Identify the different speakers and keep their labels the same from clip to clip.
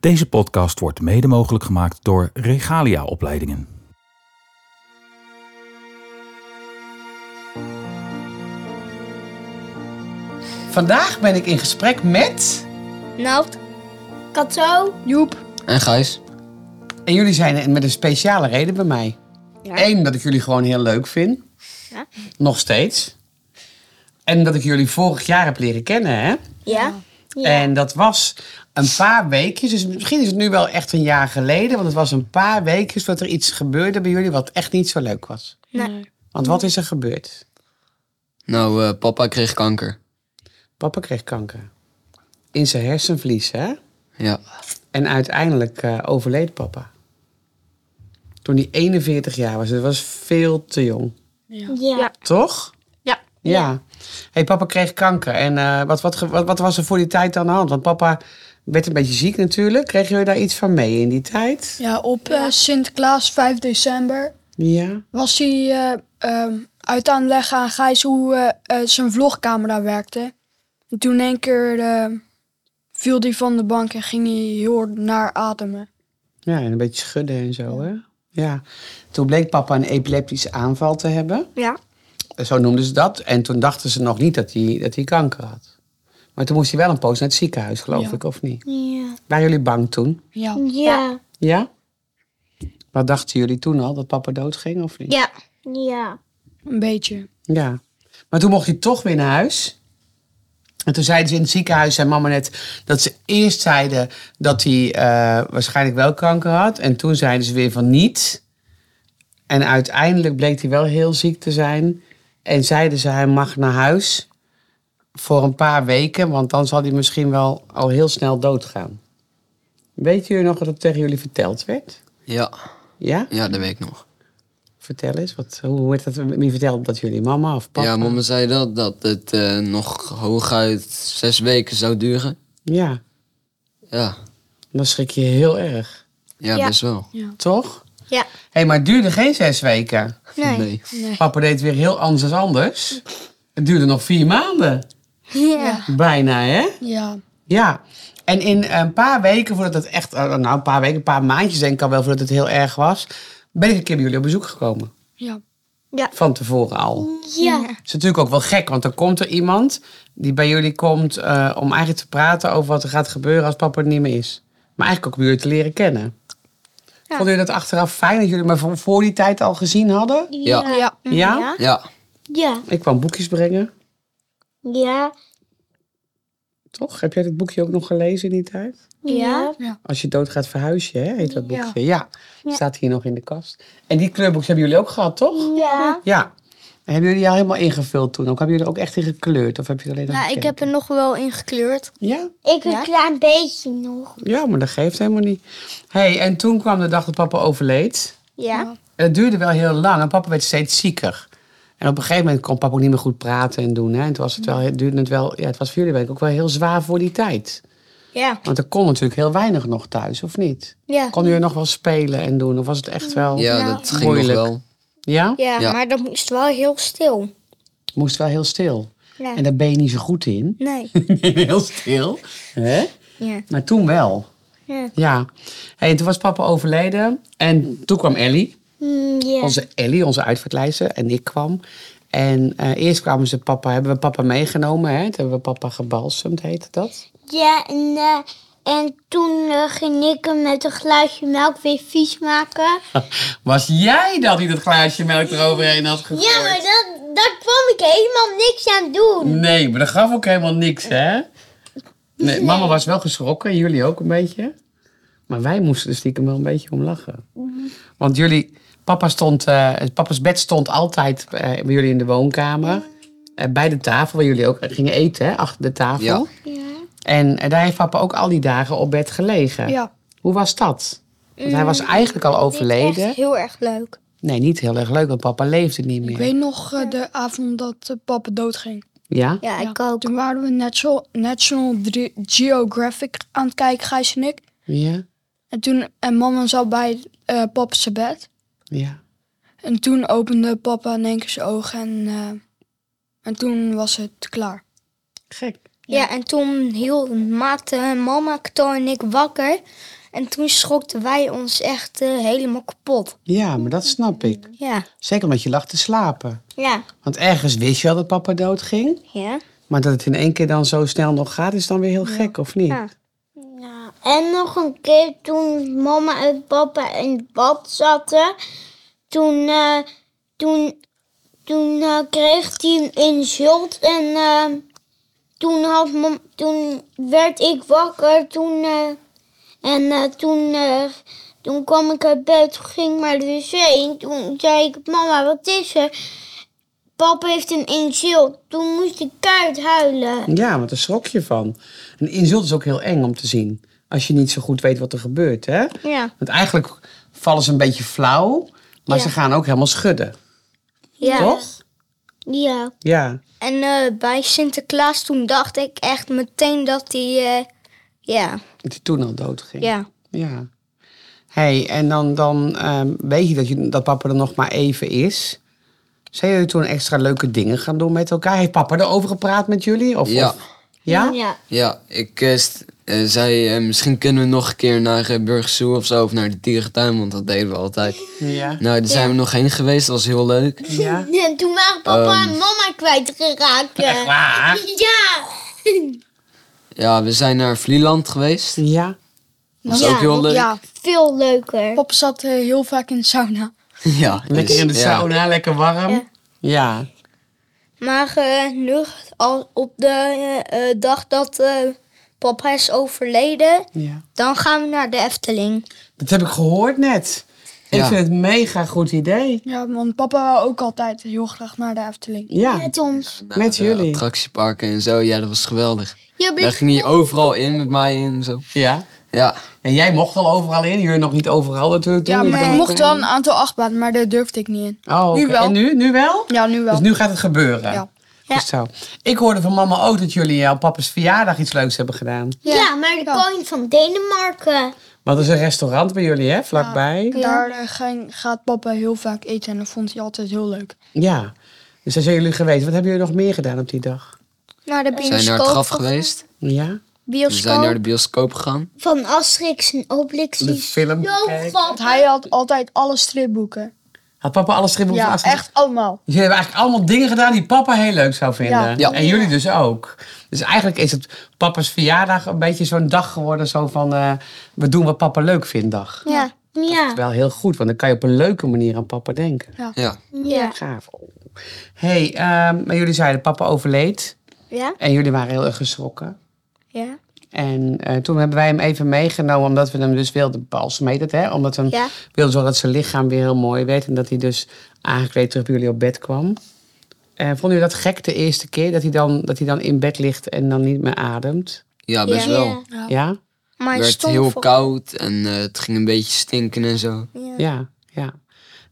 Speaker 1: Deze podcast wordt mede mogelijk gemaakt door Regalia Opleidingen.
Speaker 2: Vandaag ben ik in gesprek met.
Speaker 3: Nout. Kato. Joep.
Speaker 4: En Gijs.
Speaker 2: En jullie zijn er met een speciale reden bij mij. Eén, dat ik jullie gewoon heel leuk vind.
Speaker 3: Ja.
Speaker 2: Nog steeds. En dat ik jullie vorig jaar heb leren kennen, hè?
Speaker 3: Ja.
Speaker 2: En dat was een paar weekjes. Dus misschien is het nu wel echt een jaar geleden. Want het was een paar weekjes dat er iets gebeurde bij jullie wat echt niet zo leuk was.
Speaker 3: Nee.
Speaker 2: Want wat is er gebeurd?
Speaker 4: Nou, eh, papa kreeg kanker.
Speaker 2: Papa kreeg kanker. In zijn hersenvlies, hè?
Speaker 4: Ja.
Speaker 2: En uiteindelijk eh, overleed papa. Toen hij 41 jaar was. Dat was veel te jong.
Speaker 3: Ja. ja.
Speaker 2: Toch?
Speaker 5: Ja.
Speaker 2: Ja. hey, papa kreeg kanker. En eh, wat, wat, ge- wat, wat was er voor die tijd aan de hand? Want papa werd een beetje ziek natuurlijk. Kregen jullie daar iets van mee in die tijd?
Speaker 6: Ja, op eh, Sinterklaas 5 december
Speaker 2: Ja.
Speaker 6: was hij eh, ehm, uit aan het leggen aan Gijs hoe eh, eh, zijn vlogcamera werkte. En toen in één keer eh, viel hij van de bank en ging hij heel hard naar ademen.
Speaker 2: Ja, en een beetje schudden en zo, hè? Ja. Toen bleek papa een epileptische aanval te hebben.
Speaker 3: Ja.
Speaker 2: Zo noemden ze dat. En toen dachten ze nog niet dat hij, dat hij kanker had. Maar toen moest hij wel een poos naar het ziekenhuis, geloof
Speaker 6: Ja.
Speaker 2: ik, of niet?
Speaker 3: Ja.
Speaker 2: Waren jullie bang toen?
Speaker 6: Ja.
Speaker 3: Ja.
Speaker 2: Ja? Wat dachten jullie toen al? Dat papa doodging, of niet?
Speaker 3: Ja. Ja.
Speaker 6: Een beetje.
Speaker 2: Ja. Maar toen mocht hij toch weer naar huis. En toen zeiden ze in het ziekenhuis, zei mama net, dat ze eerst zeiden dat hij eh, waarschijnlijk wel kanker had. En toen zeiden ze weer van niet. En uiteindelijk bleek hij wel heel ziek te zijn. En zeiden ze, hij mag naar huis voor een paar weken, want dan zal hij misschien wel al heel snel doodgaan. Weet jullie nog wat er tegen jullie verteld werd?
Speaker 4: Ja.
Speaker 2: Ja?
Speaker 4: Ja, dat weet ik nog.
Speaker 2: Vertel eens, wat, hoe werd dat wie vertelde dat jullie? Mama of papa?
Speaker 4: Ja, mama zei dat, dat het eh, nog hooguit zes weken zou duren.
Speaker 2: Ja.
Speaker 4: Ja.
Speaker 2: Dan schrik je heel erg,
Speaker 4: Ja,
Speaker 3: Ja.
Speaker 4: best wel.
Speaker 2: toch?
Speaker 3: Ja.
Speaker 2: Hé, maar het duurde geen zes weken.
Speaker 3: Nee.
Speaker 2: Papa deed weer heel anders dan anders. Het duurde nog vier maanden.
Speaker 3: Ja.
Speaker 2: Bijna, hè?
Speaker 6: Ja.
Speaker 2: Ja. En in een paar weken voordat het echt... eh, Nou, een paar weken, een paar maandjes denk ik al wel voordat het heel erg was... ben ik een keer bij jullie op bezoek gekomen.
Speaker 6: Ja.
Speaker 2: Van tevoren al.
Speaker 3: Ja.
Speaker 2: Het is natuurlijk ook wel gek, want dan komt er iemand die bij jullie komt... eh, om eigenlijk te praten over wat er gaat gebeuren als papa er niet meer is. Maar eigenlijk ook om jullie te leren kennen. Vonden jullie dat achteraf fijn dat jullie me voor- voor die tijd al gezien hadden?
Speaker 3: Eh,
Speaker 4: Ja.
Speaker 6: Ja.
Speaker 2: Ja?
Speaker 4: Ja.
Speaker 3: Ja.
Speaker 2: Ik kwam boekjes brengen,
Speaker 3: Ja.
Speaker 2: toch? Heb jij dat boekje ook nog gelezen in die tijd?
Speaker 3: Ja.
Speaker 2: Als je dood gaat verhuizen, hè, heet dat
Speaker 6: Ja.
Speaker 2: boekje. Ja. staat hier nog in de kast. En die kleurboekjes hebben jullie ook gehad, toch?
Speaker 3: Ja.
Speaker 2: Ja. En hebben jullie die al helemaal ingevuld toen? Ook hebben jullie er ook echt in gekleurd? Of heb je er alleen nog
Speaker 5: Nou, ik
Speaker 2: gekeken?
Speaker 5: heb er nog wel in gekleurd.
Speaker 2: Ja?
Speaker 3: Ik een klein beetje nog.
Speaker 2: ja, maar dat geeft helemaal niet. hey, en toen kwam de dag dat papa overleed.
Speaker 3: Ja.
Speaker 2: En het duurde wel heel lang en papa werd steeds zieker. En op een gegeven moment kon papa ook niet meer goed praten en doen. Hè? En toen was het wel, het duurde het wel, ja, het was voor jullie denk ik ook wel heel zwaar voor die tijd.
Speaker 3: Ja.
Speaker 2: Want er kon natuurlijk heel weinig nog thuis, of niet?
Speaker 3: Ja.
Speaker 2: Kon u er nog wel spelen en doen? Of was het echt wel...
Speaker 4: Ja, dat ging
Speaker 2: Moeilijk.
Speaker 4: nog wel.
Speaker 2: Ja?
Speaker 3: Ja,
Speaker 4: Ja.
Speaker 3: maar dat moest wel heel stil.
Speaker 2: Moest wel heel stil.
Speaker 3: Ja.
Speaker 2: En daar ben je niet zo goed in.
Speaker 3: Nee.
Speaker 2: heel stil. Hè?
Speaker 3: Ja.
Speaker 2: Maar toen wel.
Speaker 3: Ja.
Speaker 2: Ja. Hey, en toen was papa overleden. En toen kwam Ellie.
Speaker 3: Mm, Ja.
Speaker 2: Onze Ellie, onze uitvaartlijster. En ik kwam. En eh, eerst kwamen ze papa, hebben we papa meegenomen. Hè? Toen hebben we papa gebalsemd, heette dat.
Speaker 3: Ja, en, eh, en toen eh, ging ik hem met een glaasje melk weer vies maken.
Speaker 2: Was jij dat die dat glaasje melk eroverheen had gegooid?
Speaker 3: Ja, maar dat, daar kwam ik helemaal niks aan doen.
Speaker 2: Nee, maar dat gaf ook helemaal niks, hè? Nee, mama was wel geschrokken, jullie ook een beetje. Maar wij moesten er stiekem wel een beetje om lachen.
Speaker 3: Mhm.
Speaker 2: Want jullie, papa stond, eh, papa's bed stond altijd eh, bij jullie in de woonkamer. Eh, bij de tafel, waar jullie ook gingen eten, hè, achter de tafel.
Speaker 4: Ja.
Speaker 2: En eh, daar heeft papa ook al die dagen op bed gelegen.
Speaker 6: Ja.
Speaker 2: Hoe was dat? Want hij was eigenlijk al overleden.
Speaker 3: heel erg leuk.
Speaker 2: Nee, niet heel erg leuk, want papa leefde niet
Speaker 6: Ik
Speaker 2: meer.
Speaker 6: weet nog eh, de avond dat eh, papa doodging.
Speaker 2: Ja?
Speaker 3: Ja, ik
Speaker 6: Ja.
Speaker 3: ook.
Speaker 6: Toen waren we National, National Dre- Geographic aan het kijken, Gijs en ik.
Speaker 2: Ja?
Speaker 6: En, toen, en mama zat bij eh papa zijn bed.
Speaker 2: Ja.
Speaker 6: En toen opende papa in één keer zijn ogen en, eh, en toen was het klaar.
Speaker 2: Gek.
Speaker 3: Ja, en toen heel, maakte mama Kato en ik wakker. En toen schokten wij ons echt eh, helemaal kapot.
Speaker 2: Ja, maar dat snap ik.
Speaker 3: Ja.
Speaker 2: Zeker omdat je lag te slapen.
Speaker 3: Ja.
Speaker 2: Want ergens wist je wel dat papa doodging.
Speaker 3: Ja.
Speaker 2: Maar dat het in één keer dan zo snel nog gaat, is dan weer heel gek, of niet?
Speaker 3: Ja. En nog een keer toen mama en papa in het bad zaten. Toen, eh, toen, toen eh, kreeg hij een insult. En eh, toen, had mam, toen werd ik wakker. Toen, eh, en eh, toen, eh, toen kwam ik uit bed, toen ging ik naar de wc. En toen zei ik, mama, wat is er? Papa heeft een insult. Toen moest ik keihard huilen.
Speaker 2: Ja, want daar schrok je van. Een insult is ook heel eng om te zien. Als je niet zo goed weet wat er gebeurt, hè?
Speaker 3: Ja.
Speaker 2: Want eigenlijk vallen ze een beetje flauw, maar
Speaker 3: Ja.
Speaker 2: ze gaan ook helemaal schudden,
Speaker 3: ja.
Speaker 2: toch?
Speaker 3: Ja.
Speaker 2: Ja.
Speaker 3: En eh, bij Sinterklaas toen dacht ik echt meteen dat hij... eh, ja,
Speaker 2: Dat hij toen al dood ging.
Speaker 3: ja.
Speaker 2: Ja. hey, en dan, dan ehm, weet je dat, je dat papa er nog maar even is. Zijn jullie toen extra leuke dingen gaan doen met elkaar? Heeft papa erover gepraat met jullie? Of,
Speaker 4: Ja.
Speaker 2: of- ja?
Speaker 3: Ja.
Speaker 4: Ja, ik eh, st- eh, zei, eh, misschien kunnen we nog een keer naar eh, Burgersoe of zo, of naar de dierentuin, want dat deden we altijd.
Speaker 2: Ja.
Speaker 4: Nou, daar zijn we nog heen geweest, dat was heel leuk.
Speaker 2: Ja.
Speaker 3: En toen waren papa
Speaker 4: Ehm.
Speaker 3: en mama kwijtgeraakt. eh.
Speaker 2: Echt waar?
Speaker 3: Ja.
Speaker 4: Ja, we zijn naar Vlieland geweest.
Speaker 2: Ja.
Speaker 4: Dat was
Speaker 3: Ja,
Speaker 4: ook heel leuk.
Speaker 6: Ja,
Speaker 3: Veel leuker.
Speaker 6: papa zat eh, heel vaak in de sauna.
Speaker 4: Ja,
Speaker 2: Lekker
Speaker 4: dus,
Speaker 2: in de
Speaker 4: ja.
Speaker 2: sauna, lekker warm. Ja.
Speaker 3: Ja.
Speaker 2: Ja.
Speaker 3: Maar eh, nu, al op de eh, eh, dag dat eh, papa is overleden, dan gaan we naar de Efteling.
Speaker 2: Dat heb ik gehoord net. Ik
Speaker 4: Ja.
Speaker 2: vind het een mega goed idee.
Speaker 6: Ja, want papa wou ook altijd heel graag naar de Efteling.
Speaker 2: Ja.
Speaker 3: Met ons.
Speaker 4: Naar
Speaker 2: Met
Speaker 4: de
Speaker 2: jullie.
Speaker 4: Attractieparken en zo, ja, dat was geweldig.
Speaker 3: Je
Speaker 4: Daar
Speaker 3: blik.
Speaker 4: ging hij overal in met mij en zo.
Speaker 2: Ja.
Speaker 4: Ja,
Speaker 2: En jij mocht al overal in, jullie nog niet overal natuurlijk.
Speaker 6: Ja,
Speaker 2: toen.
Speaker 6: maar ik mocht wel een aantal achtbaan, maar daar durfde ik niet in.
Speaker 2: Oh, oké.
Speaker 6: Nu wel.
Speaker 2: En nu? Nu wel?
Speaker 6: Ja, nu wel.
Speaker 2: Dus nu gaat het gebeuren.
Speaker 6: Ja.
Speaker 3: Ja.
Speaker 2: Goed zo. Ik hoorde van mama ook dat jullie eh, op papa's verjaardag iets leuks hebben gedaan.
Speaker 3: Ja, maar de
Speaker 6: Ja.
Speaker 3: koning van Denemarken.
Speaker 2: Want er is dus een restaurant bij jullie, hè? Vlakbij. Ja.
Speaker 6: Daar eh, ging, gaat papa heel vaak eten en dat vond hij altijd heel leuk.
Speaker 2: Dus daar zijn jullie geweest. Wat hebben jullie nog meer gedaan op die dag?
Speaker 3: Naar de
Speaker 4: we
Speaker 3: bioscoop.
Speaker 4: zijn naar het graf geweest.
Speaker 2: Ja?
Speaker 4: We zijn naar de bioscoop gegaan.
Speaker 3: Van Asterix en Obelix.
Speaker 2: De film
Speaker 3: Zo
Speaker 2: bekijken.
Speaker 6: Want hij had altijd alle stripboeken.
Speaker 2: Had papa alles strip
Speaker 6: Ja, echt allemaal.
Speaker 2: Dus jullie hebben eigenlijk allemaal dingen gedaan die papa heel leuk zou vinden.
Speaker 6: Ja.
Speaker 4: Ja.
Speaker 2: En jullie dus ook. Dus eigenlijk is het papa's verjaardag een beetje zo'n dag geworden. Zo van, eh, we doen wat papa leuk vindt dag.
Speaker 3: Ja. Ja.
Speaker 2: Wel heel goed, want dan kan je op een leuke manier aan papa denken.
Speaker 4: Ja,
Speaker 3: Ja.
Speaker 2: Gaaf. hey, ehm, maar jullie zeiden papa overleed.
Speaker 3: Ja.
Speaker 2: En jullie waren heel erg geschrokken.
Speaker 3: Ja.
Speaker 2: En eh, toen hebben wij hem even meegenomen, omdat we hem dus wilden balsmeten. Hè? Omdat we hem
Speaker 3: Ja.
Speaker 2: wilden zorgen dat zijn lichaam weer heel mooi werd. En dat hij dus aangekleed terug bij jullie op bed kwam. Eh vonden jullie dat gek de eerste keer? Dat hij, dan, dat hij dan in bed ligt en dan niet meer ademt?
Speaker 4: ja best
Speaker 3: Ja.
Speaker 4: wel.
Speaker 3: Ja.
Speaker 2: Ja?
Speaker 6: Ja.
Speaker 2: Ja.
Speaker 3: Maar
Speaker 4: Het werd
Speaker 3: stom
Speaker 4: heel
Speaker 3: voor-
Speaker 4: koud en eh, het ging een beetje stinken en zo.
Speaker 2: ja.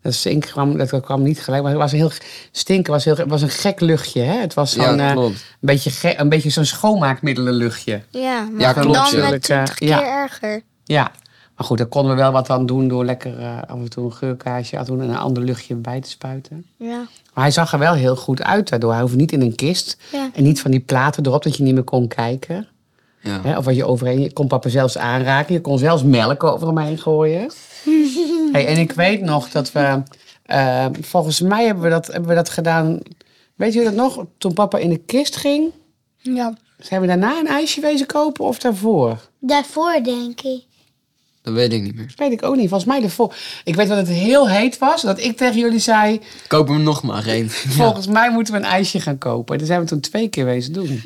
Speaker 2: Dat stink kwam, dat kwam niet gelijk, maar het was heel, stinken was, heel, het was een gek luchtje. Hè? Het was zo'n,
Speaker 4: ja,
Speaker 2: eh,
Speaker 4: kloft.
Speaker 2: een beetje, ge- een beetje zo'n schoonmaakmiddelenluchtje.
Speaker 3: Ja, maar
Speaker 4: Ja, klopt,
Speaker 3: dan
Speaker 4: ja.
Speaker 3: met 20 keer
Speaker 2: Ja.
Speaker 3: erger.
Speaker 2: Ja, maar goed, daar konden we wel wat aan doen door lekker eh, af en toe een geurkaarsje, af en toe een ander luchtje bij te spuiten.
Speaker 3: Ja.
Speaker 2: Maar hij zag er wel heel goed uit daardoor. Hij hoefde niet in een kist
Speaker 3: Ja.
Speaker 2: en niet van die platen erop dat je niet meer kon kijken.
Speaker 4: Ja.
Speaker 2: Hè, of wat je overheen, je kon papa zelfs aanraken, je kon zelfs melk over hem heen gooien. hey, en ik weet nog dat we, eh, volgens mij hebben we, dat, hebben we dat gedaan, weet je dat nog? Toen papa in de kist ging,
Speaker 6: Ja,
Speaker 2: zijn we daarna een ijsje wezen kopen of daarvoor?
Speaker 3: Daarvoor denk ik.
Speaker 4: Dat weet ik niet meer.
Speaker 2: Weet ik ook niet. Volgens mij de vol. Ik weet dat het heel heet was. Dat ik tegen jullie zei.
Speaker 4: Koop hem nog maar één.
Speaker 2: Volgens mij moeten we een ijsje gaan kopen. En dat zijn we toen twee keer wezen doen.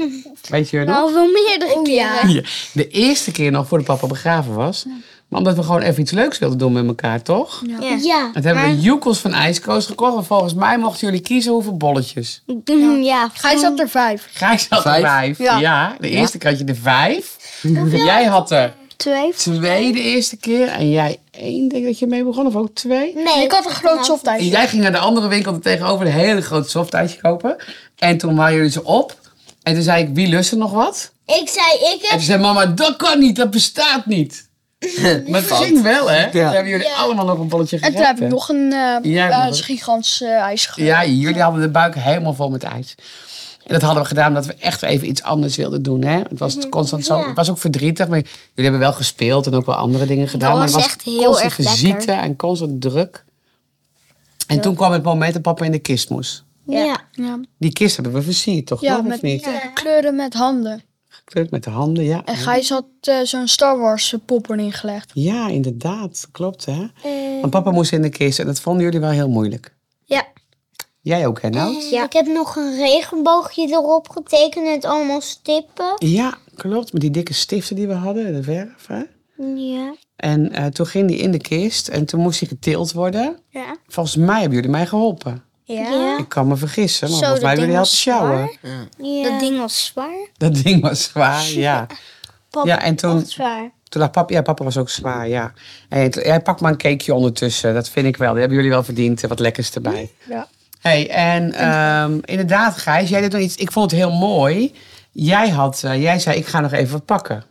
Speaker 2: weet je nog?
Speaker 3: Nou, wel meerdere
Speaker 6: Oh,
Speaker 3: keren.
Speaker 2: Ja. De eerste keer nog voor de papa begraven was. Maar omdat we gewoon even iets leuks wilden doen met elkaar, toch?
Speaker 6: Ja.
Speaker 3: Ja. Ja.
Speaker 2: Dat hebben we joekels van IJskoos gekocht. En volgens mij mochten jullie kiezen hoeveel bolletjes.
Speaker 3: Mm, ja.
Speaker 6: Gijs had er vijf.
Speaker 2: Gijs had er
Speaker 4: Vijf?
Speaker 2: vijf. Ja.
Speaker 6: Ja.
Speaker 2: de eerste keer had je er vijf. Jij had er
Speaker 3: Twee.
Speaker 2: twee de eerste keer. En jij één, denk ik dat je mee begon. Of ook twee?
Speaker 3: Nee.
Speaker 6: Ik had een groot softijs.
Speaker 2: En jij ging naar de andere winkel er tegenover een hele grote softijsje kopen. En toen waren jullie ze op. En toen zei ik, wie lust er nog wat?
Speaker 3: Ik zei,
Speaker 2: En
Speaker 3: ik heb...
Speaker 2: toen zei mama, dat kan niet, dat bestaat niet. maar het ging wel, hè? Toen hebben jullie allemaal nog een bolletje
Speaker 6: En
Speaker 2: gegeten.
Speaker 6: toen heb ik nog een eh
Speaker 2: Jij hebt nog
Speaker 6: eh,
Speaker 2: een-
Speaker 6: gigantisch eh, ijs gegeten.
Speaker 2: Ja, jullie hadden de buik helemaal vol met ijs. En dat hadden we gedaan omdat we echt even iets anders wilden doen. Hè? Het was constant zo.
Speaker 3: Mhm. Ja.
Speaker 2: Het was ook verdrietig, maar jullie hebben wel gespeeld en ook wel andere dingen gedaan.
Speaker 3: Dat
Speaker 2: maar
Speaker 3: was
Speaker 2: het
Speaker 3: echt heel
Speaker 2: constant
Speaker 3: erg lekker.
Speaker 2: visite en constant druk. En toen kwam het moment dat papa in de kist moest.
Speaker 3: Ja.
Speaker 6: Ja,
Speaker 2: Die kist hebben we versierd, toch?
Speaker 6: ja
Speaker 2: nog,
Speaker 6: met
Speaker 2: of niet?
Speaker 6: eh, kleuren met handen.
Speaker 2: Gekleurd met de handen, ja.
Speaker 6: En Gijs had eh, zo'n Star Wars eh, pop erin gelegd.
Speaker 2: Ja, inderdaad. Klopt, hè? Want papa moest in de kist en dat vonden jullie wel heel moeilijk.
Speaker 3: ja.
Speaker 2: Jij ook, hè, nou?
Speaker 3: Ja. Ik heb nog een regenboogje erop getekend met allemaal stippen.
Speaker 2: Ja, klopt. Met die dikke stiften die we hadden, de verf, hè?
Speaker 3: Ja.
Speaker 2: En eh, toen ging die in de kist en toen moest hij getild worden.
Speaker 3: Ja.
Speaker 2: Volgens mij hebben jullie mij geholpen.
Speaker 3: Ja.
Speaker 2: Ik kan me vergissen, maar
Speaker 5: Zo,
Speaker 2: Oh, volgens mij
Speaker 5: dat
Speaker 2: hebben jullie
Speaker 5: ding
Speaker 2: helpen sjouwen.
Speaker 5: Dat ding was zwaar.
Speaker 2: Dat ding was zwaar, ja.
Speaker 3: Papa,
Speaker 2: Ja, en toen-
Speaker 3: echt zwaar.
Speaker 2: Toen dacht papa, ja, papa was ook zwaar, ja. En toen- jij pakt maar een cakeje ondertussen, dat vind ik wel. Die hebben jullie wel verdiend, eh, wat lekkers erbij.
Speaker 6: Ja.
Speaker 2: hey, en ehm, inderdaad, Gijs, jij deed nog iets. Ik vond het heel mooi. Jij, had, eh, jij zei, ik ga nog even wat pakken.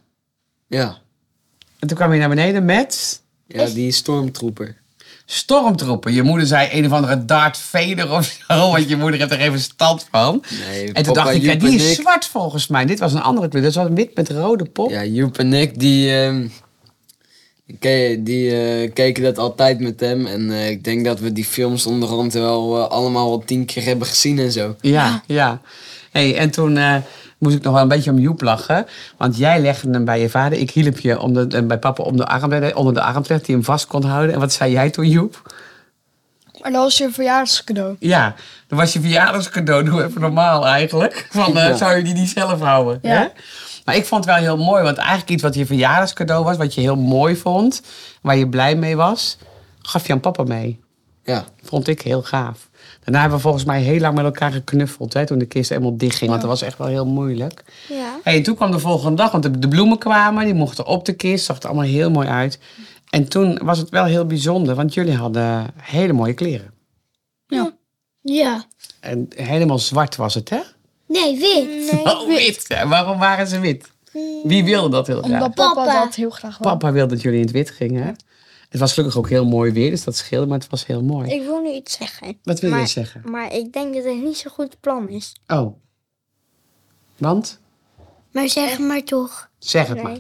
Speaker 4: Ja.
Speaker 2: En toen kwam je naar beneden met
Speaker 4: Ja, die stormtrooper.
Speaker 2: stormtroepen. Je moeder zei een of andere Darth Vader of zo, want je moeder heeft er geen verstand van.
Speaker 4: Nee,
Speaker 2: En toen
Speaker 4: papa,
Speaker 2: dacht ik,
Speaker 4: Joep
Speaker 2: ja, die
Speaker 4: en
Speaker 2: is
Speaker 4: ik-
Speaker 2: zwart volgens mij. Dit was een andere kleur. Dat was wit met rode pop.
Speaker 4: Ja, Joep en ik, die, ehm, ke- die eh, keken dat altijd met hem. En eh, ik denk dat we die films onderhand wel eh, allemaal wel tien keer hebben gezien en zo.
Speaker 2: Ja, ja. Hey, en toen eh, moest ik nog wel een beetje om Joep lachen. Want jij legde hem bij je vader. Ik hielp je om de, eh, bij papa om de arm, eh, onder de arm te leggen, die hem vast kon houden. En wat zei jij toen, Joep?
Speaker 6: Maar dat was je verjaarscadeau.
Speaker 2: Ja, dan was je verjaardagscadeau. Doe even normaal eigenlijk. Van, eh, zou je die niet zelf houden?
Speaker 6: Ja.
Speaker 2: Hè? Maar ik vond het wel heel mooi. Want eigenlijk iets wat je verjaardagscadeau was, wat je heel mooi vond. Waar je blij mee was, gaf je aan papa mee.
Speaker 4: Ja,
Speaker 2: Vond ik heel gaaf. Daarna hebben we volgens mij heel lang met elkaar geknuffeld. Hè, toen de kist helemaal dicht ging. Want dat was echt wel heel moeilijk.
Speaker 3: Ja.
Speaker 2: Hey, en toen kwam de volgende dag, want de, de bloemen kwamen. Die mochten op de kist. Zag er allemaal heel mooi uit. En toen was het wel heel bijzonder. Want jullie hadden hele mooie kleren.
Speaker 3: Ja.
Speaker 2: En helemaal zwart was het, hè?
Speaker 3: Nee, wit.
Speaker 2: Oh, wit. Ja, Waarom waren ze wit? Wie wilde dat heel graag?
Speaker 6: Omdat papa,
Speaker 3: Papa.
Speaker 6: dat heel graag wou.
Speaker 2: Papa wilde dat jullie in het wit gingen, hè? Het was gelukkig ook heel mooi weer, dus dat scheelde, maar het was heel mooi.
Speaker 5: Ik wil nu iets zeggen.
Speaker 2: Wat wil je
Speaker 5: maar-
Speaker 2: zeggen?
Speaker 5: Maar ik denk dat het niet zo'n goed plan is.
Speaker 2: Oh. Want?
Speaker 3: Maar zeg maar toch.
Speaker 2: Zeg het maar.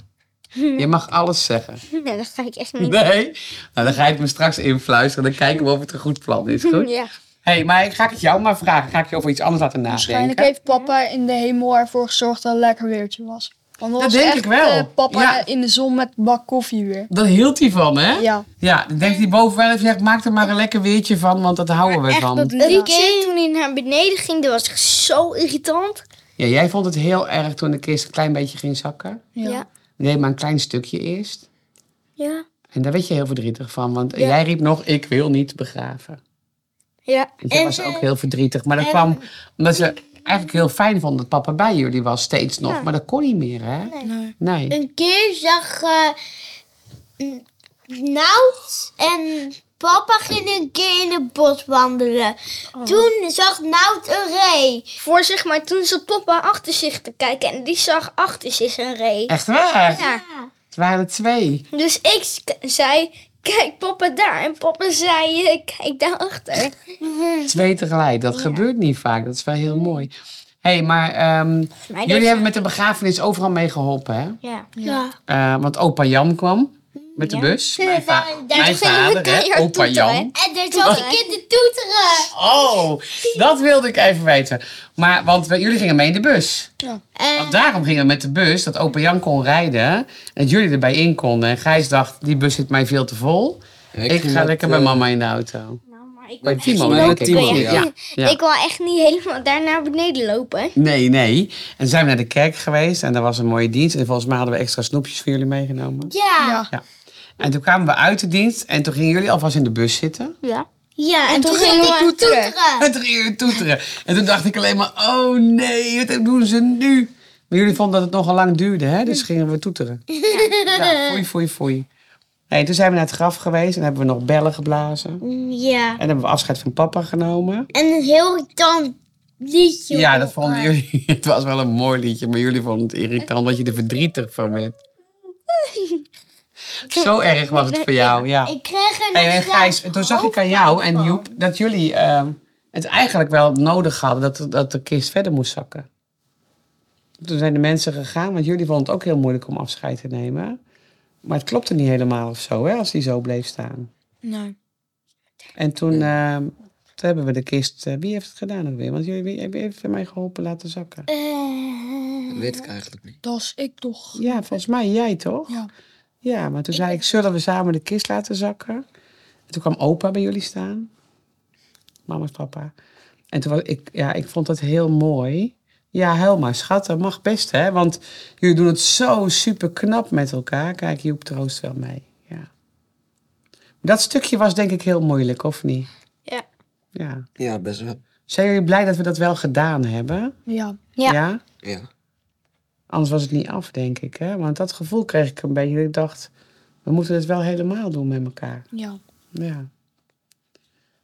Speaker 2: Je mag alles zeggen.
Speaker 5: Nee, dat ga ik echt niet
Speaker 2: Nee? Nou, dan ga ik me straks influisteren. Dan kijken we of het een goed plan is, goed?
Speaker 5: doen. Ja.
Speaker 2: hey, maar ik ga het jou maar vragen. Ga ik je over iets anders laten nadenken?
Speaker 6: Waarschijnlijk heeft papa in de hemel ervoor gezorgd dat het lekker weertje was. Want dat
Speaker 2: Dat
Speaker 6: was
Speaker 2: denk
Speaker 6: echt,
Speaker 2: ik wel.
Speaker 6: eh, papa
Speaker 2: Ja.
Speaker 6: in de zon met een bak koffie weer.
Speaker 2: Dat hield hij van, hè?
Speaker 6: Ja.
Speaker 2: Ja, dan denkt hij boven wel even, maak er maar een lekker weertje van, want dat houden we
Speaker 5: Echt,
Speaker 2: van.
Speaker 5: dat liedje toen hij naar beneden ging, dat was echt zo irritant.
Speaker 2: Ja, jij vond het heel erg toen de kist een klein beetje ging zakken.
Speaker 6: Ja.
Speaker 5: Ja.
Speaker 2: Nee, maar een klein stukje eerst.
Speaker 5: Ja.
Speaker 2: En daar werd je heel verdrietig van, want jij riep nog, ik wil niet begraven.
Speaker 5: Ja.
Speaker 2: Dus dat was ook heel verdrietig. Maar dat kwam omdat ze eigenlijk heel fijn vond dat papa bij jullie was, steeds nog. Maar dat kon niet meer, hè? Nee.
Speaker 3: Een keer zag eh, N- Nout en papa gingen een keer in het bos wandelen. Toen zag Nout een ree.
Speaker 5: Oh. Voor zeg maar, toen zat papa achter zich te kijken en die zag achter zich een ree.
Speaker 2: Echt waar?
Speaker 5: Ja.
Speaker 2: Het waren er twee.
Speaker 5: Dus ik s- k- zei, kijk papa daar. En papa zei, eh, kijk daarachter.
Speaker 2: Twee tegelijk. Dat gebeurt niet vaak. Dat is wel heel mooi. Hé, hey, maar ehm,
Speaker 5: Maar
Speaker 2: jullie
Speaker 5: dus-
Speaker 2: hebben met de begrafenis overal mee geholpen, hè?
Speaker 5: Ja.
Speaker 3: Ja.
Speaker 2: Eh, want opa Jan kwam met de bus. Mijn, va-
Speaker 3: daar
Speaker 2: mijn
Speaker 5: gingen we
Speaker 2: vader, hè?
Speaker 5: keihard
Speaker 2: Opa
Speaker 5: toeteren,
Speaker 2: Jan.
Speaker 3: En er zat een kind te toeteren.
Speaker 2: Oh, dat wilde ik even weten. Maar, want we- jullie gingen mee in de bus.
Speaker 3: En Eh.
Speaker 2: Want daarom gingen we met de bus, dat opa Jan kon rijden. En dat jullie erbij in konden. En Gijs dacht, die bus zit mij veel te vol. Ik,
Speaker 4: ging
Speaker 2: ga
Speaker 4: met,
Speaker 2: lekker
Speaker 4: eh,
Speaker 2: bij mama in de auto.
Speaker 5: Nou, maar ik
Speaker 2: Bij Timo,
Speaker 4: niet
Speaker 2: denk
Speaker 4: lopen.
Speaker 2: ik.
Speaker 4: Timo, ja.
Speaker 2: ja.
Speaker 5: Ik wil echt niet helemaal daar naar beneden lopen.
Speaker 2: Nee, nee. En zijn we naar de kerk geweest en daar was een mooie dienst. En volgens mij hadden we extra snoepjes voor jullie meegenomen.
Speaker 3: ja. ja.
Speaker 6: Ja.
Speaker 2: Ja. En toen kwamen we uit de dienst en toen gingen jullie alvast in de bus zitten.
Speaker 3: en, toen,
Speaker 5: toen
Speaker 3: ging
Speaker 5: gingen
Speaker 3: ik
Speaker 5: we
Speaker 3: toeteren.
Speaker 2: En toen gingen jullie toeteren. En toen dacht ik alleen maar, oh nee, wat doen ze nu? Maar jullie vonden dat het nogal lang duurde, hè? Dus gingen we toeteren. Ja, foei, foei, foei. Nee, toen zijn we naar het graf geweest en hebben we nog bellen geblazen.
Speaker 3: Ja.
Speaker 2: En hebben we afscheid van papa genomen.
Speaker 3: En een heel irritant liedje.
Speaker 2: Ja, dat vonden jullie. Het was wel een mooi liedje, maar jullie vonden het irritant dat je er verdrietig van werd. Zo erg was het voor jou, ja.
Speaker 3: Ik kreeg er nog
Speaker 2: Hey, en
Speaker 3: zelf
Speaker 2: Gijs, toen zag ik aan jou en Joep dat jullie ehm, het eigenlijk wel nodig hadden dat, dat de kist verder moest zakken. Toen zijn de mensen gegaan, want jullie vonden het ook heel moeilijk om afscheid te nemen. Maar het klopte niet helemaal of zo, hè, als die zo bleef staan.
Speaker 6: Nee.
Speaker 2: En toen, eh, toen hebben we de kist... eh, wie heeft het gedaan ook weer? Want jullie wie, wie heeft mij geholpen laten zakken.
Speaker 3: Eh.
Speaker 4: Dat weet ik eigenlijk niet.
Speaker 6: Dat is ik toch.
Speaker 2: Ja, volgens mij jij toch?
Speaker 6: Ja.
Speaker 2: Ja, maar toen zei ik, zullen we samen de kist laten zakken? En toen kwam opa bij jullie staan. Mama's papa. En toen was ik, ja, ik vond dat heel mooi. Ja, Helma, schat, dat mag best, hè? Want jullie doen het zo super knap met elkaar. Kijk, Joep troost wel mee. Ja. Maar dat stukje was denk ik heel moeilijk, of niet?
Speaker 5: Ja.
Speaker 2: Ja.
Speaker 4: Ja, best wel.
Speaker 2: Zijn jullie blij dat we dat wel gedaan hebben?
Speaker 6: Ja.
Speaker 5: Ja.
Speaker 2: ja?
Speaker 4: Ja.
Speaker 2: Anders was het niet af, denk ik. Hè? Want dat gevoel kreeg ik een beetje. Ik dacht, we moeten het wel helemaal doen met elkaar.
Speaker 6: Ja.
Speaker 2: Ja.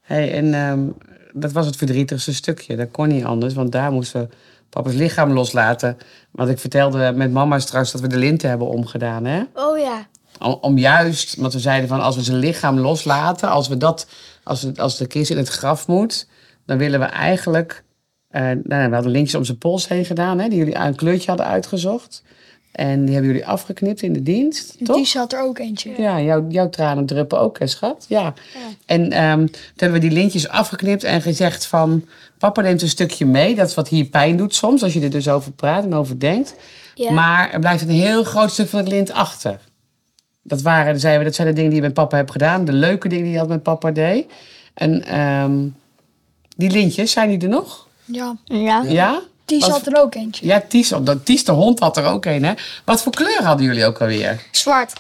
Speaker 2: Hey, en ehm, dat was het verdrietigste stukje. Dat kon niet anders, want daar moesten we papa's lichaam loslaten. Want ik vertelde met mama straks dat we de linten hebben omgedaan. Hè?
Speaker 5: Oh ja.
Speaker 2: Om, om juist, want we zeiden van als we zijn lichaam loslaten, als, we dat, als, we, als de kist in het graf moet, dan willen we eigenlijk. eh, nou, ja, we hadden lintjes om zijn pols heen gedaan, hè, die jullie een kleurtje hadden uitgezocht. En die hebben jullie afgeknipt in de dienst.
Speaker 6: En
Speaker 2: toch?
Speaker 6: die zat er ook eentje.
Speaker 2: Ja, jouw, jouw tranen druppen ook, hè, schat? Ja. En ehm, toen hebben we die lintjes afgeknipt en gezegd van... papa neemt een stukje mee, dat is wat hier pijn doet soms... als je er dus over praat en over denkt.
Speaker 5: Ja.
Speaker 2: Maar er blijft een heel groot stuk van het lint achter. Dat, waren, zeiden we, dat zijn de dingen die je met papa hebt gedaan. De leuke dingen die je had met papa deed. En ehm, die lintjes, zijn die er nog?
Speaker 6: Ja.
Speaker 3: Ja.
Speaker 2: Ja?
Speaker 6: Die
Speaker 2: Wat-
Speaker 6: zat er ook eentje.
Speaker 2: Ja, Ties, omdat Ties de hond had er ook een, hè? Wat voor kleur hadden jullie ook alweer?
Speaker 5: Zwart.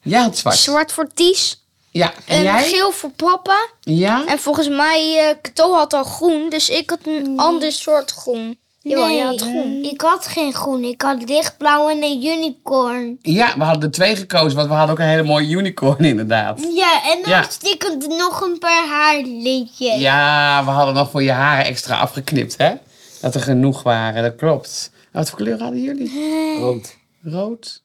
Speaker 2: Jij had zwart.
Speaker 5: Zwart voor Ties.
Speaker 2: Ja, en,
Speaker 5: En
Speaker 2: jij?
Speaker 5: geel voor papa.
Speaker 2: Ja?
Speaker 5: En volgens mij, eh Kato had al groen, dus ik had een ander soort groen. Jawel, jij had groen.
Speaker 3: ik had geen groen. Ik had lichtblauw en een unicorn.
Speaker 2: Ja, we hadden er twee gekozen, want we hadden ook een hele mooie unicorn inderdaad.
Speaker 3: Ja, en dan
Speaker 2: Ja.
Speaker 3: stikkend nog een paar haarlintjes.
Speaker 2: Ja, we hadden nog voor je haren extra afgeknipt, hè? Dat er genoeg waren, dat klopt. Wat voor kleur hadden jullie?
Speaker 4: Rood.
Speaker 5: Hm.
Speaker 2: Rood?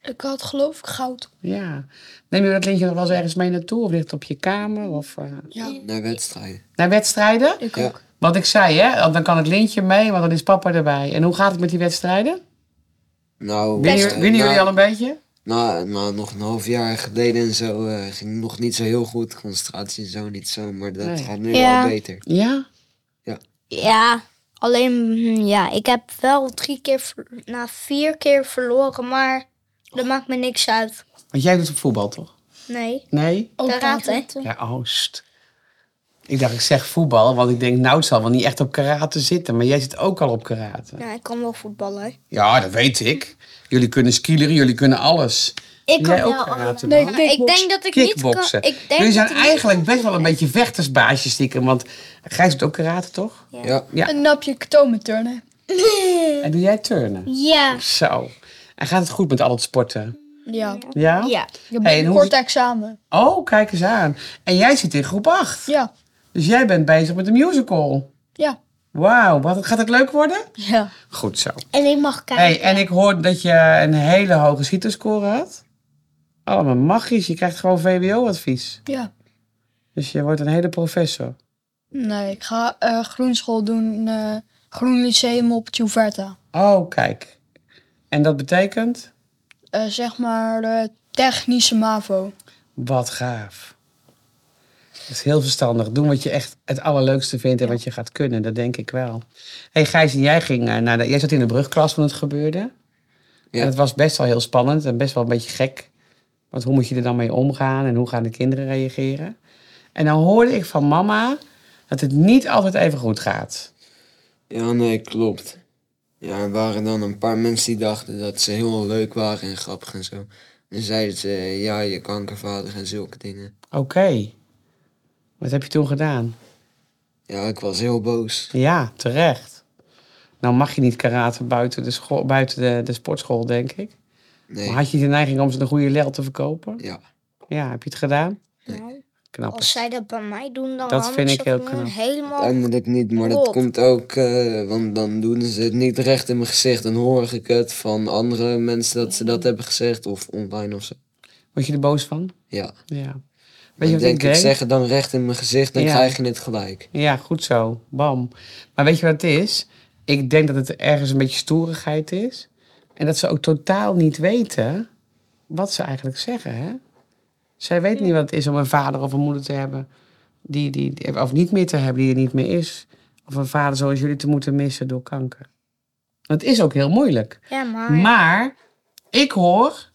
Speaker 6: Ik had geloof ik goud.
Speaker 2: Ja. Neem je dat lintje nog wel eens ergens mee naartoe? Of ligt het op je kamer? Of, eh,
Speaker 4: Naar wedstrijden.
Speaker 2: Naar wedstrijden?
Speaker 6: Ik
Speaker 4: Ja.
Speaker 6: ook.
Speaker 2: Wat ik zei, hè? want Dan kan het lintje mee, want dan is papa erbij. En hoe gaat het met die wedstrijden?
Speaker 4: Nou,
Speaker 2: Winnen
Speaker 4: eh,
Speaker 2: winnen jullie
Speaker 4: na-
Speaker 2: al een beetje?
Speaker 4: Nou, nou, nog een half jaar geleden en zo eh, ging nog niet zo heel goed. Concentratie en zo niet zo, maar dat
Speaker 2: Nee.
Speaker 4: gaat nu
Speaker 5: Ja.
Speaker 4: wel beter.
Speaker 2: Ja?
Speaker 5: Ja, alleen mm, ja, ik heb wel drie keer, ver- na vier keer verloren, maar dat maakt me niks uit.
Speaker 2: Want jij doet op voetbal, toch?
Speaker 5: Nee,
Speaker 2: Nee?
Speaker 6: Ook
Speaker 5: karate.
Speaker 2: Ja, oh, st. Ik dacht, ik zeg voetbal, want ik denk, nou, zal wel niet echt op karate zitten. Maar jij zit ook al op karate.
Speaker 5: Ja, Nou, ik kan wel voetballen. hè.
Speaker 2: Ja, dat weet ik. Jullie kunnen skileren, jullie kunnen alles.
Speaker 3: Ik
Speaker 2: Jij
Speaker 3: had
Speaker 2: ook
Speaker 3: wel
Speaker 2: karate
Speaker 6: Nee,
Speaker 2: dan?
Speaker 5: Maar ik denk dat ik niet kan.
Speaker 2: Kickboksen.
Speaker 5: Ik denk
Speaker 2: Jullie zijn
Speaker 5: dat ik niet-
Speaker 2: eigenlijk best wel een beetje vechtersbaasjes stiekem. Want Gijs doet ook karate, toch?
Speaker 4: Ja.
Speaker 2: Ja.
Speaker 6: Een napje katomen turnen.
Speaker 2: En doe jij turnen?
Speaker 3: Ja.
Speaker 2: Zo. En gaat het goed met al het sporten?
Speaker 6: Ja.
Speaker 2: Ja?
Speaker 5: Ja.
Speaker 6: Ik heb
Speaker 2: Hey, en
Speaker 6: een
Speaker 2: hoe-
Speaker 6: kort examen.
Speaker 2: Oh, kijk eens aan. En jij zit in groep 8.
Speaker 6: Ja.
Speaker 2: Dus jij bent bezig met de musical.
Speaker 6: Ja.
Speaker 2: Wauw, wat gaat het leuk worden?
Speaker 6: Ja.
Speaker 2: Goed zo.
Speaker 3: En ik mag kijken.
Speaker 2: Hey, en ik hoorde dat je een hele hoge schietenscore had. Allemaal magisch. Je krijgt gewoon VWO-advies.
Speaker 6: Ja.
Speaker 2: Dus je wordt een hele professor.
Speaker 6: Nee, ik ga eh groenschool doen. eh groen lyceum op Tjuverta.
Speaker 2: Oh, kijk. En dat betekent?
Speaker 6: Eh, zeg maar eh, technische MAVO.
Speaker 2: Wat gaaf. Dat is heel verstandig. Doen wat je echt het allerleukste vindt en wat je gaat kunnen. Dat denk ik wel. hey Gijs, en jij, ging, eh, naar de, jij zat in de brugklas toen het gebeurde.
Speaker 4: Ja.
Speaker 2: En het was best wel heel spannend en best wel een beetje gek. Want hoe moet je er dan mee omgaan en hoe gaan de kinderen reageren? En dan hoorde ik van mama dat het niet altijd even goed gaat.
Speaker 4: Ja, nee, klopt. Ja, er waren dan een paar mensen die dachten dat ze heel leuk waren en grappig en zo. En zeiden ze, ja, je kankervader en zulke dingen.
Speaker 2: Oké. Wat heb je toen gedaan?
Speaker 4: Ja, ik was heel boos.
Speaker 2: Ja, terecht. Nou mag je niet karate buiten de, school, buiten de, de sportschool, denk ik.
Speaker 4: Nee.
Speaker 2: Maar had je de neiging om ze een goede lel te verkopen?
Speaker 4: Ja.
Speaker 2: Ja, heb je het gedaan?
Speaker 5: Nou,
Speaker 2: Knap.
Speaker 5: als zij dat bij mij doen, dan
Speaker 2: Dat
Speaker 5: hangen
Speaker 2: vind
Speaker 5: ze
Speaker 2: ik heel
Speaker 5: gewoon
Speaker 2: knap.
Speaker 5: helemaal.
Speaker 4: Uiteindelijk niet, maar dat
Speaker 5: Klopt.
Speaker 4: komt ook, eh, want dan doen ze het niet recht in mijn gezicht. Dan hoor ik het van andere mensen dat ze dat hebben gezegd, of online of zo.
Speaker 2: Word je er boos van?
Speaker 4: Ja,
Speaker 2: Ja. Weet je wat ik
Speaker 4: denk ik
Speaker 2: deed?
Speaker 4: zeg het dan recht in mijn gezicht, dan
Speaker 2: Ja.
Speaker 4: krijg je het gelijk.
Speaker 2: Ja, goed zo. Bam. Maar weet je wat het is? Ik denk dat het ergens een beetje stoerigheid is. En dat ze ook totaal niet weten wat ze eigenlijk zeggen. Hè? Zij weet niet wat het is om een vader of een moeder te hebben. Die, die, die- of niet meer te hebben, die er niet meer is. Of een vader zoals jullie te moeten missen door kanker. Dat is ook heel moeilijk.
Speaker 5: Ah, Ja, maar...
Speaker 2: Maar ik hoor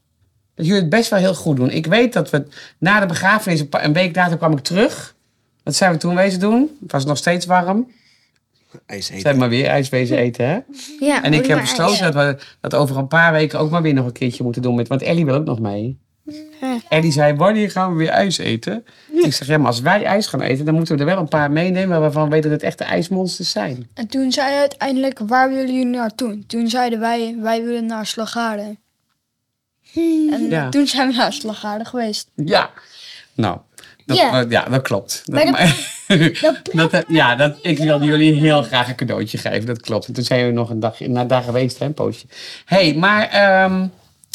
Speaker 2: dat jullie het best wel heel goed doen. Ik weet dat we het- na de begrafenis, een pa- een week later kwam ik terug. Wat zijn we toen wezen doen? Het was nog steeds warm.
Speaker 4: IJs eten.
Speaker 2: Zijn we maar weer ijswezen eten, hè?
Speaker 5: ja, Hm.
Speaker 2: En ik
Speaker 5: moet
Speaker 2: heb
Speaker 5: maar
Speaker 2: besloten dat we dat over een paar weken ook maar weer nog een keertje moeten doen. Met, want Ellie wil ook nog mee.
Speaker 5: Hm.
Speaker 2: Ellie zei, wanneer gaan we weer ijs eten? Ik zeg, ja, maar als wij ijs gaan eten, dan moeten we er wel een paar meenemen... waarvan we weten dat het echte ijsmonsters zijn.
Speaker 6: En toen zei hij uiteindelijk, waar willen jullie naartoe? Toen zeiden wij, wij willen naar Slagaren. En
Speaker 2: Ja.
Speaker 6: toen zijn we naar Slagaren geweest.
Speaker 2: Ja. Nou, dat,
Speaker 3: Ja.
Speaker 2: ja. ja, dat klopt. Dat,
Speaker 3: Maar dat-
Speaker 2: maar- dat, eh, ja, dat, ik wilde jullie heel graag een cadeautje geven, dat klopt. En toen zijn we nog een dag na daar geweest, hè, een poosje. hey, maar ehm,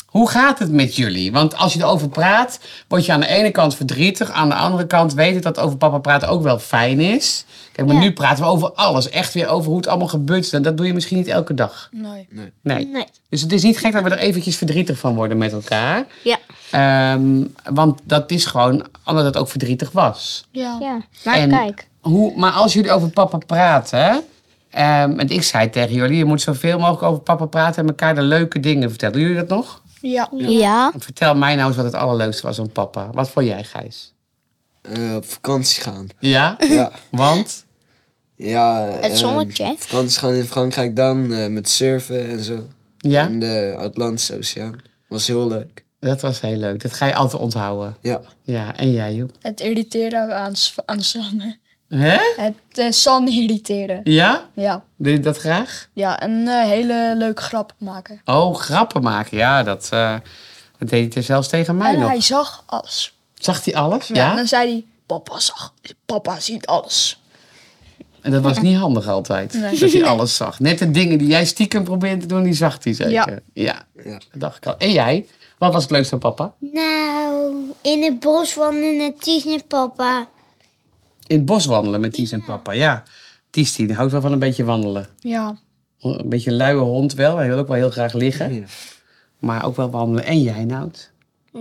Speaker 2: hoe gaat het met jullie? Want als je erover praat, word je aan de ene kant verdrietig. Aan de andere kant weet ik dat over papa praten ook wel fijn is. Kijk, maar
Speaker 3: Ja.
Speaker 2: nu praten we over alles. Echt weer over hoe het allemaal gebeurt. En dat doe je misschien niet elke dag.
Speaker 6: Nee.
Speaker 2: Nee.
Speaker 3: Nee.
Speaker 2: Dus het is niet gek dat we er eventjes verdrietig van worden met elkaar.
Speaker 5: Ja.
Speaker 2: Ehm, want dat is gewoon omdat het ook verdrietig was.
Speaker 6: Ja.
Speaker 5: Ja, maar
Speaker 2: En-
Speaker 5: kijk.
Speaker 2: Hoe, maar als jullie over papa praten. ehm en ik zei tegen jullie: je moet zoveel mogelijk over papa praten en elkaar de leuke dingen vertellen. Doen jullie dat nog?
Speaker 6: Ja.
Speaker 5: Ja.
Speaker 2: Vertel mij nou eens wat het allerleukste was aan papa. Wat vond jij, Gijs?
Speaker 4: Eh, op vakantie gaan.
Speaker 2: Ja?
Speaker 4: Ja.
Speaker 2: Want?
Speaker 4: ja
Speaker 5: Het
Speaker 4: eh,
Speaker 5: zonnetje.
Speaker 4: vakantie gaan in Frankrijk dan, eh, met surfen en zo.
Speaker 2: Ja?
Speaker 4: In de Atlantische Oceaan. Was heel leuk.
Speaker 2: Dat was heel leuk. Dat ga je altijd onthouden.
Speaker 4: Ja.
Speaker 2: Ja, en jij, Joep?
Speaker 6: Het irriteren aan, s- aan Sanne.
Speaker 2: Hè?
Speaker 6: Het eh, Sanne irriteren.
Speaker 2: Ja?
Speaker 6: Ja.
Speaker 2: Doe je dat graag?
Speaker 6: Ja, en eh, hele leuke grap maken.
Speaker 2: Oh, grappen maken. Ja, dat, eh, dat deed hij zelfs tegen mij
Speaker 6: en
Speaker 2: nog.
Speaker 6: hij zag alles.
Speaker 2: Zag hij alles? Ja.
Speaker 6: En dan zei hij, papa zag, papa ziet alles.
Speaker 2: En dat was niet handig altijd.
Speaker 6: Nee.
Speaker 2: Dat hij alles zag. Net de dingen die jij stiekem probeerde te doen, die zag hij zeker.
Speaker 6: Ja.
Speaker 2: ja.
Speaker 4: Ja.
Speaker 2: Dat dacht ik al. En jij? Wat was het leukste aan papa?
Speaker 3: Nou, in het bos wandelen Ties en papa.
Speaker 2: In het bos wandelen met Ties en papa, ja. Ties die houdt wel van een beetje wandelen.
Speaker 6: Ja.
Speaker 2: Een beetje een luie hond wel. Hij wil ook wel heel graag liggen.
Speaker 4: Ja.
Speaker 2: Maar ook wel wandelen. En jij, Nout?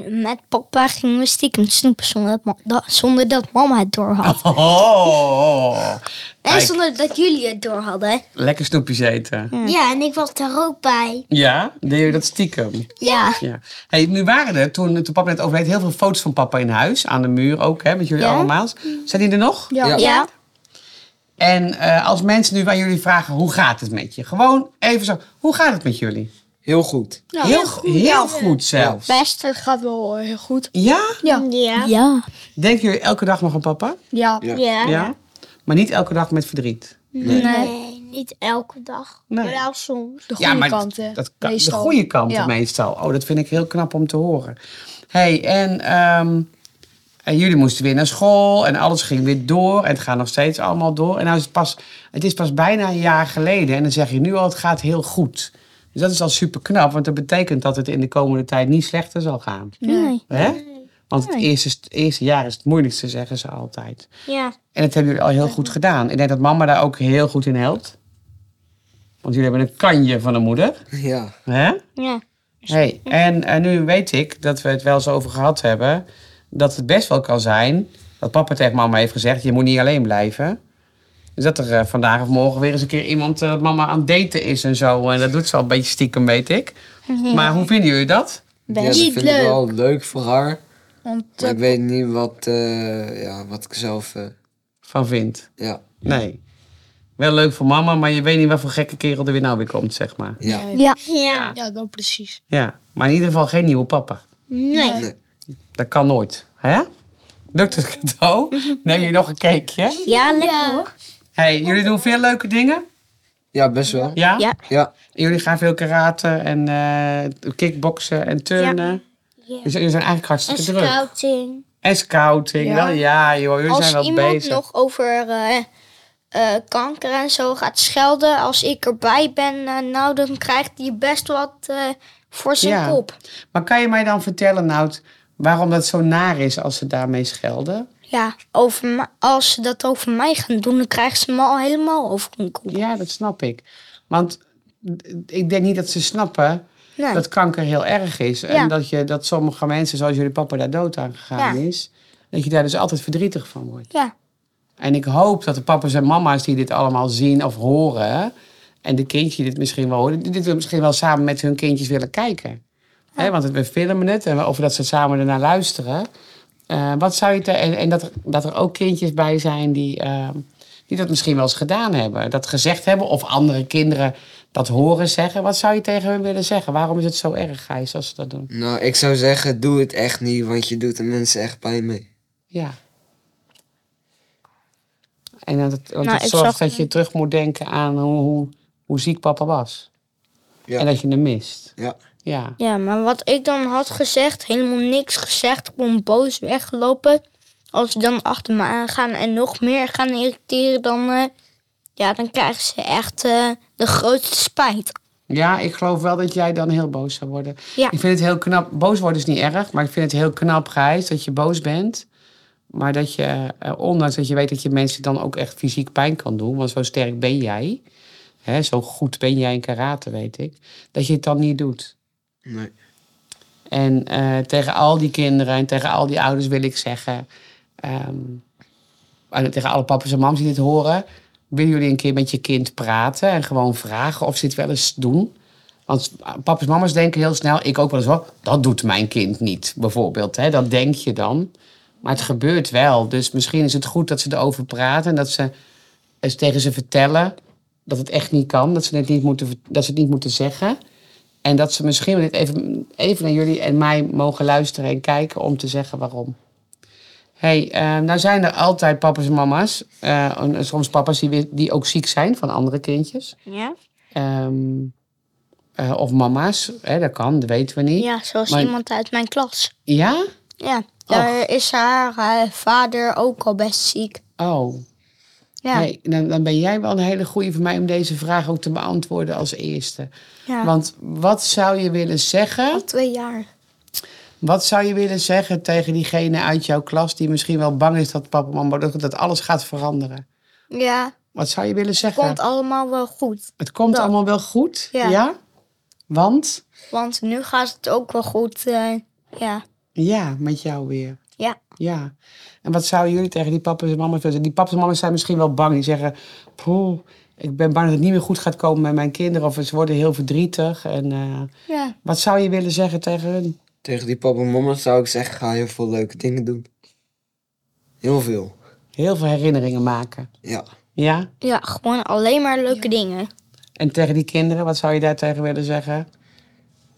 Speaker 5: Met papa gingen we stiekem snoepen zonder dat, ma- da- zonder dat mama het door had.
Speaker 2: Oh,
Speaker 5: En
Speaker 2: Ah, Kijk.
Speaker 5: zonder dat jullie het door hadden.
Speaker 2: lekker snoepjes eten.
Speaker 3: Ja, en ik was daar ook bij.
Speaker 2: Ja, deed je dat stiekem?
Speaker 5: Ja.
Speaker 2: Ja. Hey, nu waren er, toen, toen papa net overleed, heel veel foto's van papa in huis. Aan de muur ook, hè, met jullie
Speaker 5: Ja.
Speaker 2: allemaal. Zijn die er nog?
Speaker 6: Ja.
Speaker 4: Ja.
Speaker 5: Ja.
Speaker 2: En eh, als mensen nu aan jullie vragen, hoe gaat het met je? Gewoon even zo, hoe gaat het met jullie?
Speaker 4: Heel goed.
Speaker 2: Nou, heel goed. Heel goed zelfs.
Speaker 5: Best.
Speaker 6: Het Nou, gaat wel eh, heel goed.
Speaker 2: Ja?
Speaker 6: Ja.
Speaker 3: Ja.
Speaker 5: Ja.
Speaker 2: Denken jullie elke dag nog aan papa?
Speaker 6: Ja.
Speaker 4: Ja.
Speaker 3: Ja.
Speaker 2: Maar niet elke dag met verdriet.
Speaker 5: Nee.
Speaker 3: Nee, niet elke dag.
Speaker 2: Nee.
Speaker 3: Wel soms.
Speaker 6: De goede
Speaker 2: maar
Speaker 6: kant, hè.
Speaker 2: Dat kan, de
Speaker 6: meestal.
Speaker 2: goede kant
Speaker 6: Ja.
Speaker 2: meestal. Oh, dat vind ik heel knap om te horen. hey, en, ehm, en jullie moesten weer naar school en alles ging weer door. En het gaat nog steeds allemaal door. En nou is het pas, het is pas bijna een jaar geleden. En dan zeg je nu al, het gaat heel goed. Dus dat is al super knap, want dat betekent dat het in de komende tijd niet slechter zal gaan.
Speaker 5: Nee.
Speaker 2: Hè? Want het eerste, het eerste jaar is het moeilijkste, zeggen ze altijd.
Speaker 3: Ja.
Speaker 2: En dat hebben jullie al heel goed gedaan. Ik denk dat mama daar ook heel goed in helpt. Want jullie hebben een kanje van een moeder.
Speaker 4: Ja.
Speaker 2: Hè?
Speaker 3: Ja.
Speaker 2: Hey, en eh, nu weet ik dat we het wel eens over gehad hebben. Dat het best wel kan zijn dat papa tegen mama heeft gezegd: je moet niet alleen blijven. Dus dat er eh, vandaag of morgen weer eens een keer iemand eh, mama aan het daten is en zo. En dat doet ze al een beetje stiekem, weet ik. Maar hoe vinden jullie dat?
Speaker 4: ja, dat
Speaker 3: Niet
Speaker 4: vind ik wel leuk voor haar.
Speaker 6: Want,
Speaker 4: Maar
Speaker 6: eh,
Speaker 4: ik weet niet wat, eh, ja, wat ik zelf... eh,
Speaker 2: Van vindt?
Speaker 4: ja.
Speaker 2: Nee. Wel leuk voor mama, maar je weet niet wat voor gekke kerel er weer nou weer komt, zeg maar.
Speaker 4: Ja.
Speaker 5: Ja.
Speaker 3: Ja.
Speaker 6: ja, dat precies.
Speaker 2: Ja, maar in ieder geval geen nieuwe papa.
Speaker 3: Nee.
Speaker 2: Dat kan nooit. Hè? Lukt het cadeau? Neem je nog een cakeje?
Speaker 5: Ja, lekker hoor.
Speaker 2: Hey, jullie doen veel leuke dingen?
Speaker 4: Ja, best wel.
Speaker 2: Ja?
Speaker 5: Ja.
Speaker 4: Ja.
Speaker 2: Jullie gaan veel karate en eh kickboksen en turnen.
Speaker 3: Ja.
Speaker 2: Dus jullie zijn eigenlijk
Speaker 3: En
Speaker 2: hartstikke druk.
Speaker 3: scouting.
Speaker 2: En scouting. Ja,
Speaker 6: Ja.
Speaker 2: ja joh, jullie
Speaker 5: Als
Speaker 2: zijn wel
Speaker 5: iemand
Speaker 2: bezig.
Speaker 5: nog over eh, eh, kanker en zo gaat schelden, als ik erbij ben, eh, nou dan krijgt hij best wat eh, voor zijn
Speaker 2: Ja.
Speaker 5: kop.
Speaker 2: Maar kan je mij dan vertellen, Nout, Waarom dat zo naar is als ze daarmee schelden?
Speaker 5: Ja, over me- als ze dat over mij gaan doen, dan krijgen ze me al helemaal over hun kop.
Speaker 2: Ja, dat snap ik. Want ik denk niet dat ze snappen
Speaker 5: Nee.
Speaker 2: dat kanker heel erg is. En
Speaker 5: Ja.
Speaker 2: dat, je, dat sommige mensen, zoals jullie papa, daar dood aan gegaan
Speaker 5: Ja.
Speaker 2: is. Dat je daar dus altijd verdrietig van wordt.
Speaker 5: Ja,
Speaker 2: En ik hoop dat de papa's en mama's die dit allemaal zien of horen. En de kindjes die dit misschien wel horen. die Dit misschien wel samen met hun kindjes willen kijken. Hè, want we filmen het. En we- of dat ze samen ernaar luisteren. Eh, wat zou je te, en en dat, er- dat er ook kindjes bij zijn die, eh, die dat misschien wel eens gedaan hebben. Dat gezegd hebben. Of andere kinderen dat horen zeggen. Wat zou je tegen hun willen zeggen? Waarom is het zo erg, Gijs, als ze dat doen?
Speaker 4: Nou, ik zou zeggen, doe het echt niet, want je doet de mensen echt pijn mee.
Speaker 2: Ja. En dat het, want
Speaker 5: Nou,
Speaker 2: het
Speaker 5: ik
Speaker 2: zorgt
Speaker 5: zag-
Speaker 2: dat je terug moet denken aan hoe, hoe, hoe ziek papa was.
Speaker 4: Ja.
Speaker 2: En dat je hem mist.
Speaker 4: Ja.
Speaker 2: Ja.
Speaker 5: ja, maar wat ik dan had gezegd, helemaal niks gezegd, gewoon boos weggelopen. Als ze dan achter me aangaan en nog meer gaan irriteren, dan, eh, ja, dan krijgen ze echt eh, de grootste spijt.
Speaker 2: ja, ik geloof wel dat jij dan heel boos zou worden.
Speaker 5: Ja.
Speaker 2: Ik vind het heel knap. Boos worden is niet erg, maar ik vind het heel knap, Gijs, dat je boos bent. Maar dat je, eh, ondanks dat je weet dat je mensen dan ook echt fysiek pijn kan doen, want zo sterk ben jij, hè, zo goed ben jij in karate, weet ik, dat je het dan niet doet.
Speaker 4: Nee.
Speaker 2: En eh, tegen al die kinderen en tegen al die ouders wil ik zeggen. ehm, en tegen alle papa's en mams die dit horen. Willen jullie een keer met je kind praten en gewoon vragen of ze het wel eens doen? Want papa's en mama's denken heel snel, ik ook wel eens wel, dat doet mijn kind niet, bijvoorbeeld. Hè? Dat denk je dan. Maar het gebeurt wel. Dus misschien is het goed dat ze erover praten en dat ze eens tegen ze vertellen dat het echt niet kan, dat ze het niet moeten, dat ze het niet moeten zeggen. En dat ze misschien wel dit even, even naar jullie en mij mogen luisteren en kijken om te zeggen waarom. hey, eh, nou zijn er altijd papa's en mama's, eh, en soms papa's die, weer- die ook ziek zijn van andere kindjes.
Speaker 5: Ja?
Speaker 2: Ehm, eh, of mama's, hè, dat kan, dat weten we niet. Ja?
Speaker 5: Ja, zoals
Speaker 2: Maar-
Speaker 5: iemand uit mijn klas. Ja,
Speaker 2: daar
Speaker 5: daar is haar eh, vader ook al best ziek.
Speaker 2: Oh,
Speaker 5: Ja,
Speaker 2: nee, dan, dan ben jij wel een hele goeie voor mij om deze vraag ook te beantwoorden als eerste.
Speaker 5: ja.
Speaker 2: Want wat zou je willen zeggen?
Speaker 5: twee jaar.
Speaker 2: Wat zou je willen zeggen tegen diegene uit jouw klas die misschien wel bang is dat papa en mama dat, dat alles gaat veranderen?
Speaker 5: Ja,
Speaker 2: Wat zou je willen zeggen?
Speaker 5: komt allemaal wel goed.
Speaker 2: het komt
Speaker 5: dan.
Speaker 2: allemaal wel goed, ja?
Speaker 5: Ja.
Speaker 2: Want?
Speaker 5: Want nu gaat het ook wel goed. eh, ja.
Speaker 2: Ja, met jou weer.
Speaker 5: Ja.
Speaker 2: Ja. En wat zouden jullie tegen die papa's en mama's willen Die papa's en mama's zijn misschien wel bang. Die zeggen, poeh, ik ben bang dat het niet meer goed gaat komen met mijn kinderen. Of ze worden heel verdrietig. En eh,
Speaker 5: ja.
Speaker 2: wat zou je willen zeggen tegen hun?
Speaker 4: Tegen die papa en mama zou ik zeggen, ga heel veel leuke dingen doen. Heel veel.
Speaker 2: Heel veel herinneringen maken.
Speaker 4: Ja.
Speaker 2: Ja?
Speaker 5: Ja, gewoon alleen maar leuke dingen.
Speaker 2: En tegen die kinderen, wat zou je daar tegen willen zeggen?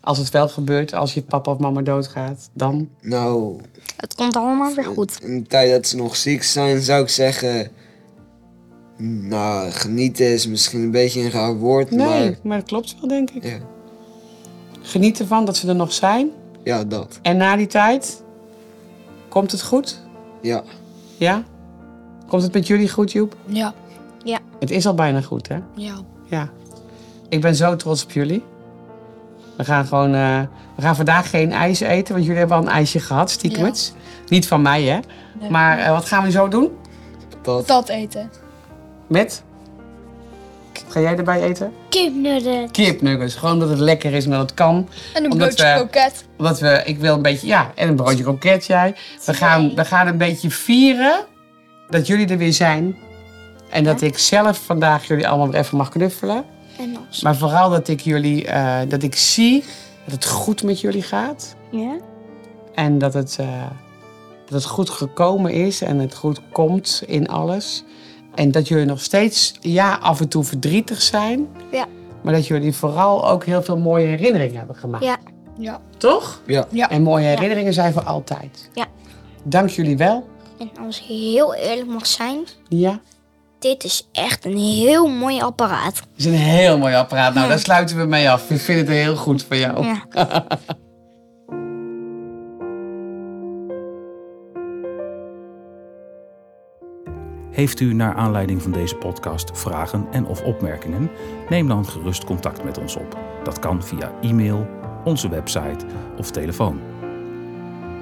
Speaker 2: Als het wel gebeurt, als je papa of mama doodgaat, dan?
Speaker 4: Nou,
Speaker 5: Het komt allemaal weer goed.
Speaker 4: in de tijd dat ze nog ziek zijn, zou ik zeggen... Nou, genieten is misschien een beetje een raar woord,
Speaker 2: Nee, maar,
Speaker 4: maar...
Speaker 2: dat klopt wel, denk ik.
Speaker 4: Ja,
Speaker 2: Geniet ervan dat ze er nog zijn.
Speaker 4: ja, dat.
Speaker 2: En na die tijd, komt het goed?
Speaker 4: Ja.
Speaker 2: Ja? Komt het met jullie goed, Joep?
Speaker 6: Ja,
Speaker 2: Het is al bijna goed, hè?
Speaker 6: ja.
Speaker 2: Ja. Ik ben zo trots op jullie. We gaan gewoon... eh, we gaan vandaag geen ijs eten, want jullie hebben al een ijsje gehad, stiekem. Niet van mij, hè? Maar eh, wat gaan we zo doen?
Speaker 4: Dat.
Speaker 6: Patat eten.
Speaker 2: Met? Ga jij erbij eten?
Speaker 3: Kinderen.
Speaker 2: kipnuggets. Gewoon omdat het lekker is, maar dat kan.
Speaker 6: En een
Speaker 2: Omdat
Speaker 6: broodje
Speaker 2: we-
Speaker 6: kroket.
Speaker 2: Omdat we, ik wil een beetje, ja, en een broodje kroket jij. We gaan, we gaan een beetje vieren dat jullie er weer zijn. En dat ik zelf vandaag jullie allemaal weer even mag knuffelen.
Speaker 5: En als.
Speaker 2: Maar vooral dat ik jullie, eh, dat ik zie dat het goed met jullie gaat.
Speaker 5: Ja?
Speaker 2: En dat het, eh, dat het goed gekomen is en het goed komt in alles. En dat jullie nog steeds, ja, af en toe verdrietig zijn.
Speaker 5: Ja.
Speaker 2: Maar dat jullie vooral ook heel veel mooie herinneringen hebben gemaakt.
Speaker 5: Ja.
Speaker 6: Ja.
Speaker 2: Toch?
Speaker 4: Ja.
Speaker 6: Ja.
Speaker 2: En mooie herinneringen zijn voor altijd.
Speaker 5: Ja.
Speaker 2: Dank jullie wel.
Speaker 5: En als je heel eerlijk mag zijn,
Speaker 2: Ja.
Speaker 5: dit is echt een heel mooi apparaat.
Speaker 2: Het is een heel mooi apparaat. Nou, daar sluiten we mee af. Ik vind het heel goed voor jou.
Speaker 5: Ja.
Speaker 1: Heeft u naar aanleiding van deze podcast vragen en of opmerkingen? Neem dan gerust contact met ons op. Dat kan via e-mail, onze website of telefoon.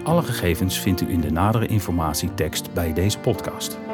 Speaker 1: Alle gegevens vindt u in de nadere informatietekst bij deze podcast.